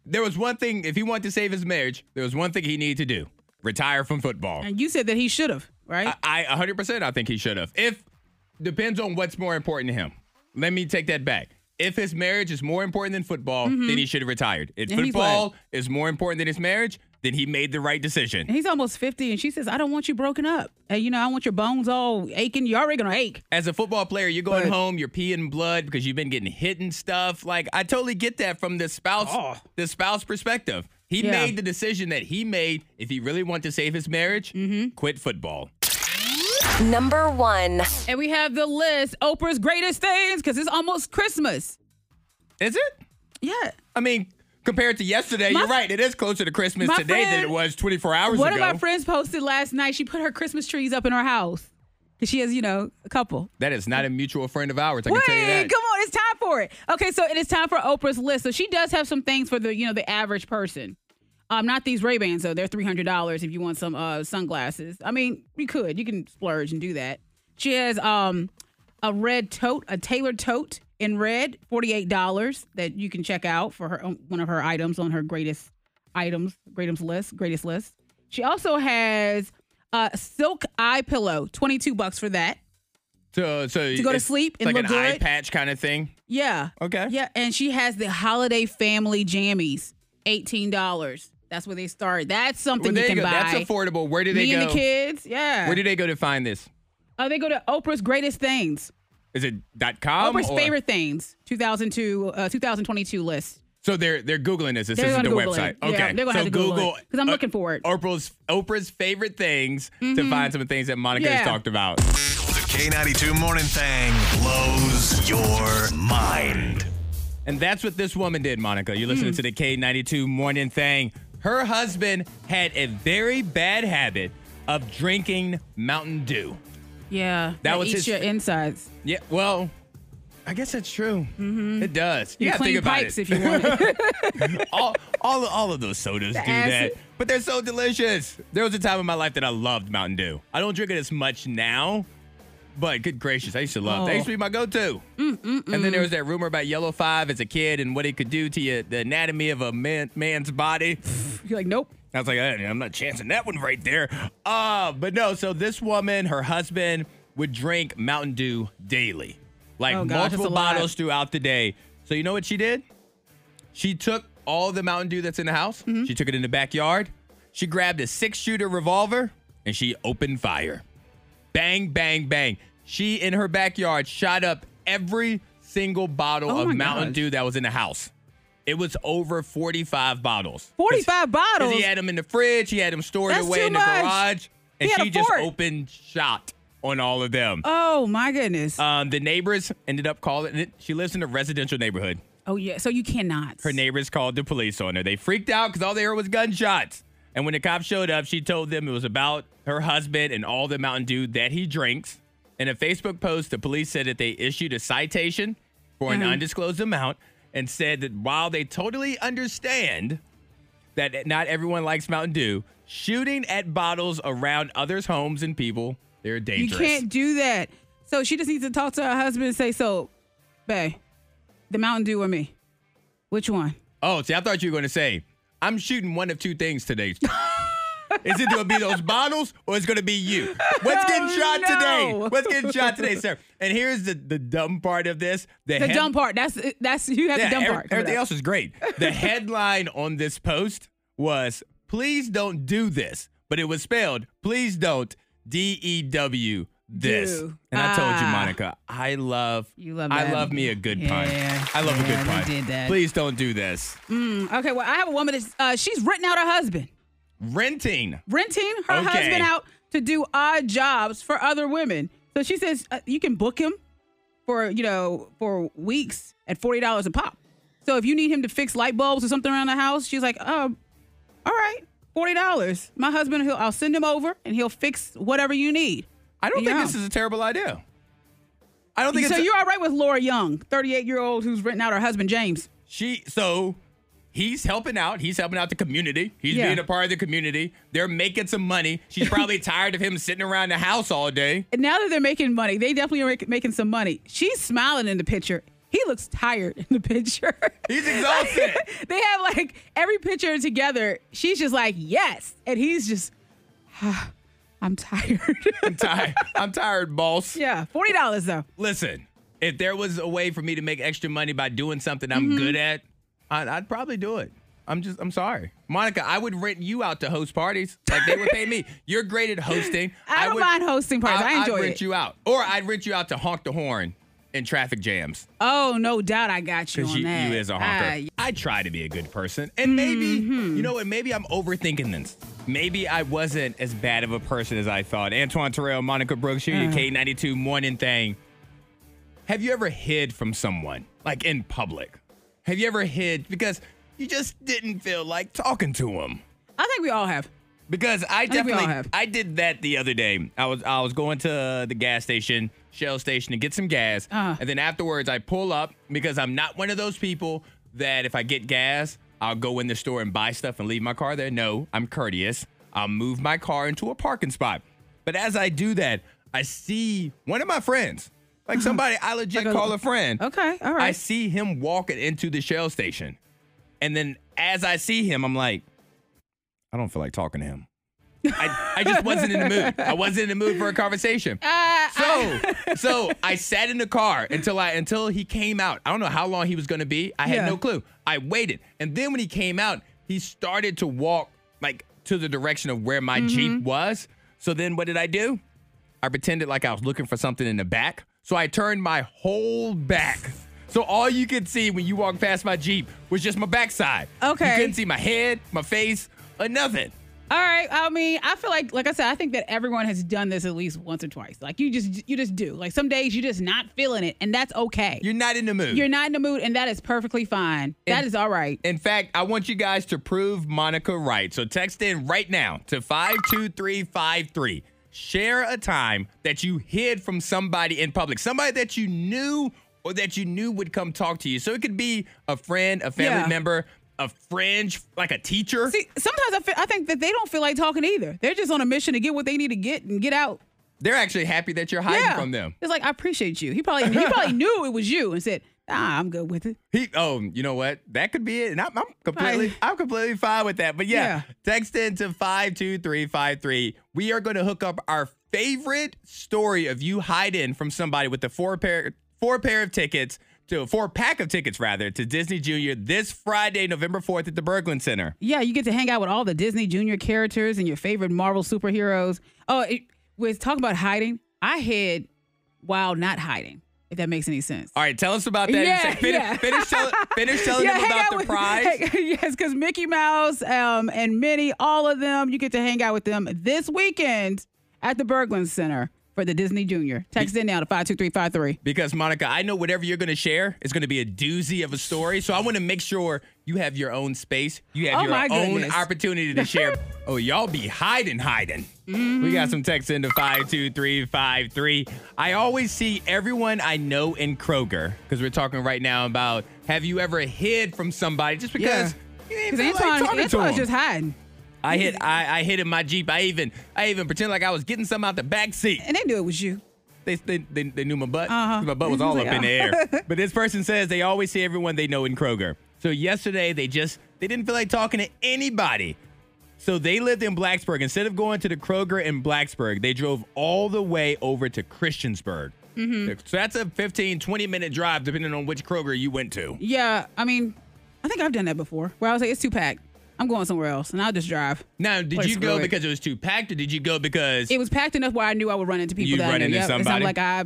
There was one thing, if he wanted to save his marriage, there was one thing he needed to do retire from football.
And you said that he should have, right?
I, I 100% I think he should have. If, depends on what's more important to him. Let me take that back. If his marriage is more important than football, then he should have retired. If
And he's
football is more important than his marriage, then he made the right decision.
and he's almost fifty, and she says, "I don't want you broken up. And, you know, I want your bones all aching. You're already gonna ache."
As a football player, you're going
But-
home, you're peeing blood because you've been getting hit and stuff. Like I totally get that from the spouse, the spouse perspective. He
Yeah.
made the decision that he made if he really wanted to save his marriage,
Mm-hmm.
quit football.
Number one.
And we have the list Oprah's greatest things because it's almost Christmas.
Is it?
Yeah.
I mean, compared to yesterday,
My-
you're right. It is closer to Christmas
my
today than
friend-
it was 24 hours
One
ago.
of my friends posted last night. She put her Christmas trees up in her house because she has, you know, a couple.
that is not a mutual friend of ours. I
Wait,
can tell you that.
come on, it's time for it. Okay, so it is time for Oprah's list. So she does have some things for the, you know, the average person. Um, not these Ray Bans though. They're three hundred dollars if you want some uh sunglasses. I mean, you could, you can splurge and do that. She has um a red tote, a tailored tote in red, forty eight dollars that you can check out for her um, one of her items on her greatest items, greatest list, greatest list. She also has a silk eye pillow, twenty two bucks for that.
so, so
to go to
it's-
sleep
it's
and
like
look
an eye
good?
patch kind of thing.
Yeah.
Okay.
Yeah, and she has the holiday family jammies, eighteen dollars. That's where they start. That's
Well,
something
there
you
you
can
go.
buy.
That's affordable. Where do they
Me
go?
and the kids. Yeah.
Where do they go to find this?
oh, they go to Oprah's Greatest Things,
Is it .com?
Oprah's
or-
Favorite Things, 2002, uh, 2022 list.
So they're they're googling this. This
They're
isn't
gonna
the
Google
website.
it. Yeah,
Okay.
they're gonna have
so
to Google it, 'cause I'm looking for it. Mm-hmm.
Oprah's Oprah's favorite things to find some of the things that Monica
Yeah.
has talked about.
The K92 Morning Thing blows your mind.
And that's what this woman did, Monica. You're
Mm.
listening to the K92 morning thing. Her husband had a very bad habit of drinking Mountain Dew.
Yeah.
That
They
was
eat
his-
your insides.
Yeah, well, I guess that's true. It does.
Mm-hmm. You
You,
clean
gotta think about
pipes if
it.
you want.
all, all, all of those sodas do that,
acid.
but they're so delicious. There was a time in my life that I loved Mountain Dew. I don't drink it as much now, but good gracious, I used to love. it. That
Oh. Mm,
used to be my go-to. And then there was that rumor about Yellow Five as a kid and what it could do to you, the anatomy of a man, man's body.
You're like, nope.
I was like, "Hey, I'm not chancing that one right there. Uh, but no, so this woman, her husband would drink Mountain Dew daily, like
Oh, gosh, that's
multiple
a lot.
bottles throughout the day. So you know what she did? She took all the Mountain Dew that's in the house.
Mm-hmm.
She took it in the backyard. She grabbed a six shooter revolver and she opened fire. Bang, bang, bang. She in her backyard shot up every single bottle
Oh
of
my
Mountain
gosh.
Dew that was in the house. It was over 45 bottles.
45
Because
bottles.
he had them in the fridge. He had them stored
That's
away
too
in the
much.
garage.
He
And
had
she
a
just
fort.
opened shot on all of them.
oh my goodness.
Um, the neighbors ended up calling it. She lives in a residential neighborhood.
oh yeah. So you cannot.
Her neighbors called the police on her. They freaked out because all they heard was gunshots. And when the cops showed up, she told them it was about her husband and all the Mountain Dew that he drinks. In a Facebook post, the police said that they issued a citation for
Mm-hmm.
an undisclosed amount and said that while they totally understand that not everyone likes Mountain Dew, shooting at bottles around others' homes and people, they're
You
dangerous.
can't do that. So she just needs to talk to her husband and say, "So, babe, the Mountain Dew or me? Which one?"
Oh, see, I thought you were going to say, I'm shooting one of two things today. Is it going to be those bottles or it's going to be you? What's getting
Oh,
shot
no.
today? What's getting shot today, sir? And here's the, the dumb part of this.
The dumb part. That's that's you have the dumb part. covered
Everything
up.
else is great. The headline on this post was, please don't do this. But it was spelled, please don't, D-E-W, this.
Do.
And I told you,
Ah.
Monica, I love,
You love
I
that.
love me a good pun.
Yeah,
I love
yeah,
a good
we
pun.
did that.
Please don't do this.
Okay. Well, I have a woman. That's, uh, she's written out her husband,
Renting.
renting her
Okay.
husband out to do odd jobs for other women. So she says uh, you can book him for you know for weeks at forty dollars a pop. So if you need him to fix light bulbs or something around the house, she's like, um, all right, forty dollars. My husband, he'll I'll send him over and he'll fix whatever you need.
I don't think
Yeah.
this is a terrible idea. I don't think
So
it's
you're all right with Laura Young, 38 year old who's renting out her husband James.
she so he's helping out. He's helping out the community. He's
Yeah.
being a part of the community. They're making some money. She's probably tired of him sitting around the house all day.
And now that they're making money, they definitely are mak- making some money. She's smiling in the picture. He looks tired in the picture.
He's exhausted.
they have like every picture together. She's just like, yes. And he's just, "Ah, I'm tired.
I'm tired. I'm tired, boss.
yeah, $40 though.
Listen, if there was a way for me to make extra money by doing something
Mm-hmm.
I'm good at, I'd, I'd probably do it. I'm just, I'm sorry. Monica, I would rent you out to host parties. Like they would pay me. You're great at hosting.
I don't
would-
mind hosting parties. I
I'd
enjoy
rent
it.
you out. Or I'd rent you out to honk the horn in traffic jams.
Oh, no doubt I got you on
Because you,
that.
you is a honker.
Ah, Mm-hmm.
I try to be a good person. And maybe, you know what? Maybe I'm overthinking this. Maybe I wasn't as bad of a person as I thought. Antoine Terrell, Monica Brooks, here,
Uh.
your K92 morning thing. Have you ever hid from someone, like in public? Have you ever hid because you just didn't feel like talking to them?
I think we all have.
Because I
think we all
definitely
have.
I did that the other day. I was I was going to uh, the gas station, Shell station to get some gas,
Uh-huh.
and then afterwards I pull up because I'm not one of those people that if I get gas, I'll go in the store and buy stuff and leave my car there. No, I'm courteous. I'll move my car into a parking spot. But as I do that, I see one of my friends, like somebody I legit
Uh-huh. Like a-
call a friend.
Okay, all
I
right.
see him walking into the Shell station. And then as I see him, I'm like, I don't feel like talking to him. I, I just wasn't in the mood. I wasn't in the mood for a conversation.
Uh,
so so I sat in the car until I until he came out. I don't know how long he was gonna be. I had
Yeah.
no clue. I waited. And then when he came out, he started to walk like to the direction of where my
Mm-hmm.
Jeep was. So then what did I do? I pretended like I was looking for something in the back. So I turned my whole back. So all you could see when you walked past my Jeep was just my backside.
Okay.
You couldn't see my head, my face, or nothing.
All right. I mean, I feel like, like I said, I think that everyone has done this at least once or twice. Like you just, you just do. Like some days you just not feeling it, and that's okay.
You're not in the mood.
You're not in the mood, and that is perfectly fine. that
And-
is all right.
in fact, I want you guys to prove Monica right. So text in right now to 52353. Share a time that you hid from somebody in public, somebody that you knew or that you knew would come talk to you. So it could be a friend, a family
Yeah.
member, a fringe, like a teacher.
See, sometimes I, feel, I think that they don't feel like talking either. They're just on a mission to get what they need to get and get out.
They're actually happy that you're hiding
yeah.
from them.
It's like I appreciate you. He probably, he probably knew it was you and said, Ah, I'm good with it.
He, oh, you know what? That could be it. And I'm, I'm completely,
Fine.
I'm completely fine with that. But yeah,
Yeah.
text in to five two three five three. We are going to hook up our favorite story of you hiding from somebody with the four pair, four pair of tickets to for a pack of tickets rather to Disney Junior this Friday, November 4th at the Berglund Center.
Yeah, you get to hang out with all the Disney Junior characters and your favorite Marvel superheroes. Oh, it was talking about hiding. I hid while not hiding, if that makes any sense.
All right, tell us about that.
Yeah,
Say- finish,
yeah.
finish, tell, finish telling them
hang
about
out
the
with-
prize.
yes, because Mickey Mouse um, and Minnie, all of them, you get to hang out with them this weekend at the Berglund Center for the Disney Junior. Text in now to 52353.
Because Monica, I know whatever you're going to share is going to be a doozy of a story. So I want to make sure you have your own space. You have
Oh,
your
my
own
goodness.
opportunity to share. oh, y'all be hiding, hiding. We got some text into five two three five three. I always see everyone I know in Kroger because we're talking right now about have you ever hid from somebody just because. you didn't
Because
feel like
Antoine,
talking to
Antoine's
them.
just hiding.
I hid. I, I hid in my jeep. I even. I even pretend like I was getting something out the back seat.
And they knew it was you.
They they, they, they knew my butt.
Uh-huh.
My butt was all up in the
Yeah.
air. But this person says they always see everyone they know in Kroger. So yesterday they just they didn't feel like talking to anybody. So they lived in Blacksburg. Instead of going to the Kroger in Blacksburg, they drove all the way over to Christiansburg.
Mm-hmm.
So that's a 15, 20 minute drive, depending on which Kroger you went to.
Yeah, I mean, I think I've done that before where I was like, it's too packed. I'm going somewhere else and I'll just drive.
Now, did
Or
you
screw
go
it.
because it was too packed, or did you go because
It was packed enough where I knew I would run into people
You'd
that I
run
knew.
into
Yep. And so I'm
somebody?
like, I,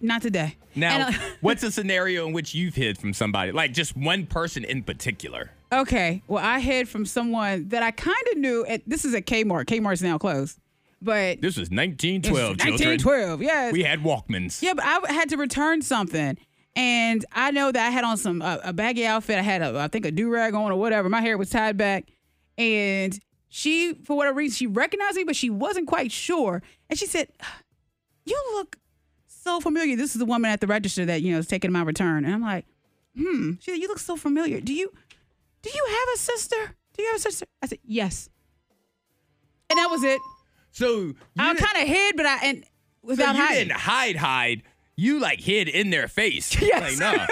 not today.
Now,
And I-
what's a scenario in which you've hid from somebody? Like just one person in particular.
Okay. Well, I hid from someone that I kind of knew. At, this is at Kmart. Kmart's now closed, but
This was 1912, children.
1912. Yes.
We had Walkmans.
yeah, but I had to return something, and I know that I had on some uh, a baggy outfit. I had a, I think a do rag on or whatever. My hair was tied back, and she, for whatever reason, she recognized me, but she wasn't quite sure, and she said, "You look so familiar." This is the woman at the register that you know is taking my return, and I'm like, "Hmm." She said, "You look so familiar. Do you?" do you have a sister? Do you have a sister? I said, yes. And that was it. Oh,
So you,
I
didn't,
kind of hid, but I and
so
without
you
hiding.
didn't hide, hide. You like hid in their face.
Yes.
Like, no.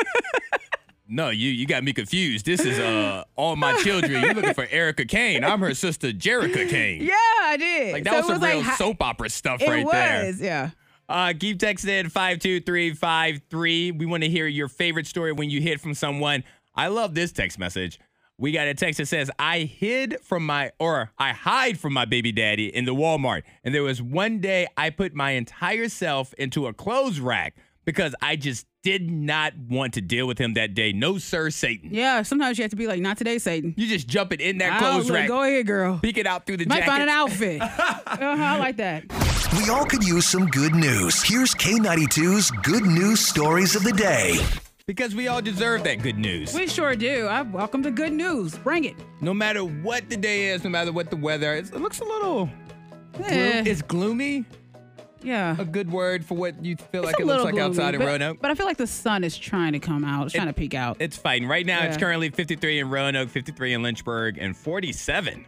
No, you you got me confused. This is uh all my children. You're looking for Erica Kane. I'm her sister Jerica Kane.
Yeah, I did.
Like that
So
was
it
some real
hi-
soap opera stuff
It
right there.
was, yeah.
Uh, keep texting in 52353. We want to hear your favorite story when you hid from someone. I love this text message. We got a text that says, I hid from my, or I hide from my baby daddy in the Walmart. And there was one day I put my entire self into a clothes rack because I just did not want to deal with him that day. No, sir, Satan.
Yeah. Sometimes you have to be like, not today, Satan.
You just jump it in that
I'll
clothes
let-
rack,
Go ahead, girl.
peek it out through the
Might
jacket.
find an outfit. uh-huh, I like that.
We all could use some good news. Here's K92's good news stories of the day.
Because we all deserve that good news.
We sure do. I welcome to good news. Bring it.
No matter what the day is, no matter what the weather, it's, it looks a little.
Eh,
Gloom. Is gloomy
yeah.
a good word for what you feel like
It's a
it looks
little
like
gloomy,
outside in
but-
Roanoke?
But I feel like the sun is trying to come out. It's trying to peek out.
It's fighting. Right now, it's
Yeah.
currently 53 in Roanoke, 53 in Lynchburg, and 47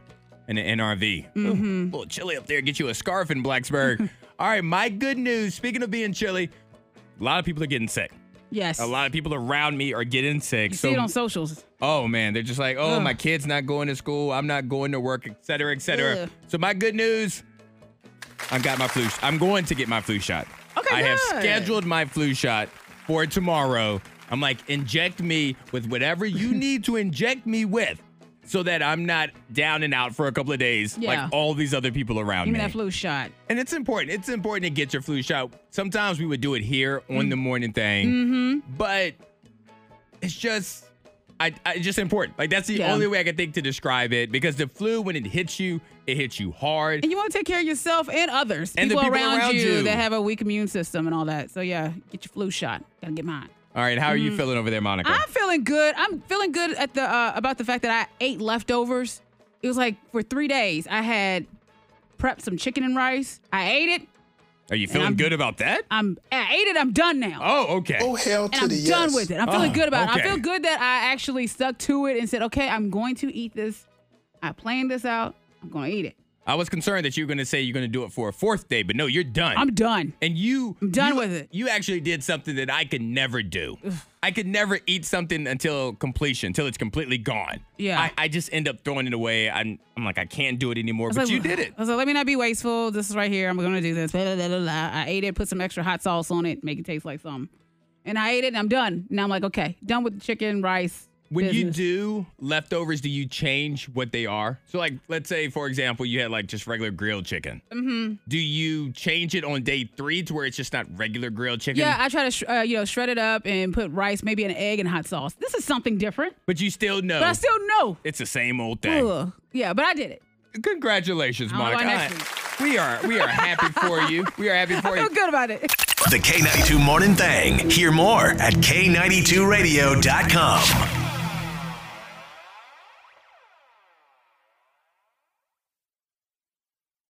in an NRV.
Mm-hmm.
Ooh, a little chilly up there. Get you a scarf in Blacksburg. All right, my good news. Speaking of being chilly, a lot of people are getting sick.
yes.
A lot of people around me are getting sick.
You
so,
see it on socials.
oh man, they're just like, oh,
Ugh.
my kid's not going to school. I'm not going to work, et cetera, et cetera.
Ugh.
So, my good news, I've got my flu. I'm going to get my flu shot.
Okay,
I have
good.
scheduled my flu shot for tomorrow. I'm like, inject me with whatever you need to inject me with so that I'm not down and out for a couple of days
Yeah.
like all these other people around
Give me
me.
that flu shot.
And it's important. It's important to get your flu shot. Sometimes we would do it here
Mm.
on the morning thing, mm-hmm. but it's just, I, I, it's just important. Like that's the
Yeah.
only way I can think to describe it because the flu, when it hits you, it hits you hard.
And you want to take care of yourself and others,
And the
people,
people
around,
around
you,
you.
that have a weak immune system and all that. So yeah, get your flu shot. Gotta get mine.
All right, how are
Mm.
you feeling over there, Monica?
I'm feeling good. I'm feeling good at the uh, about the fact that I ate leftovers. It was like for three days I had prepped some chicken and rice. I ate it.
are you feeling
I'm-
good about that?
I'm I ate it. I'm done now.
Oh, okay.
Oh, hell
and
to
I'm
the
done
yes.
with it. I'm feeling
Oh,
good about it.
okay.
I feel good that I actually stuck to it and said, okay, I'm going to eat this. I planned this out. I'm gonna eat it.
I was concerned that you were going to say you're going to do it for a fourth day, but no, you're done.
I'm done.
and you
I'm done
you-
with it.
You actually did something that I could never do. I could never eat something until completion, until it's completely gone.
Yeah.
I, I just end up throwing it away. I'm, I'm like, I can't do it anymore. But
was
you
like,
did it.
I was like, let me not be wasteful. This is right here. I'm gonna do this. Blah, blah, blah, blah, blah. I ate it, put some extra hot sauce on it, make it taste like something. and I ate it and I'm done. Now I'm like, okay, done with the chicken, rice.
When
business.
you do leftovers, do you change what they are? So, like, let's say, for example, you had like just regular grilled chicken. Mm-hmm. Do you change it on day three to where it's just not regular grilled chicken?
Yeah, I try to, sh- uh, you know, shred it up and put rice, maybe an egg and hot sauce. This is something different,
but you still know
but I still know.
it's the same old thing.
Ugh. Yeah, but I did it.
Congratulations,
I'll
Monica.
buy next
All right. We are we are happy for you. We are happy for
I feel
you.
good about it.
The K92 Morning Thing. Hear more at K92Radio.com.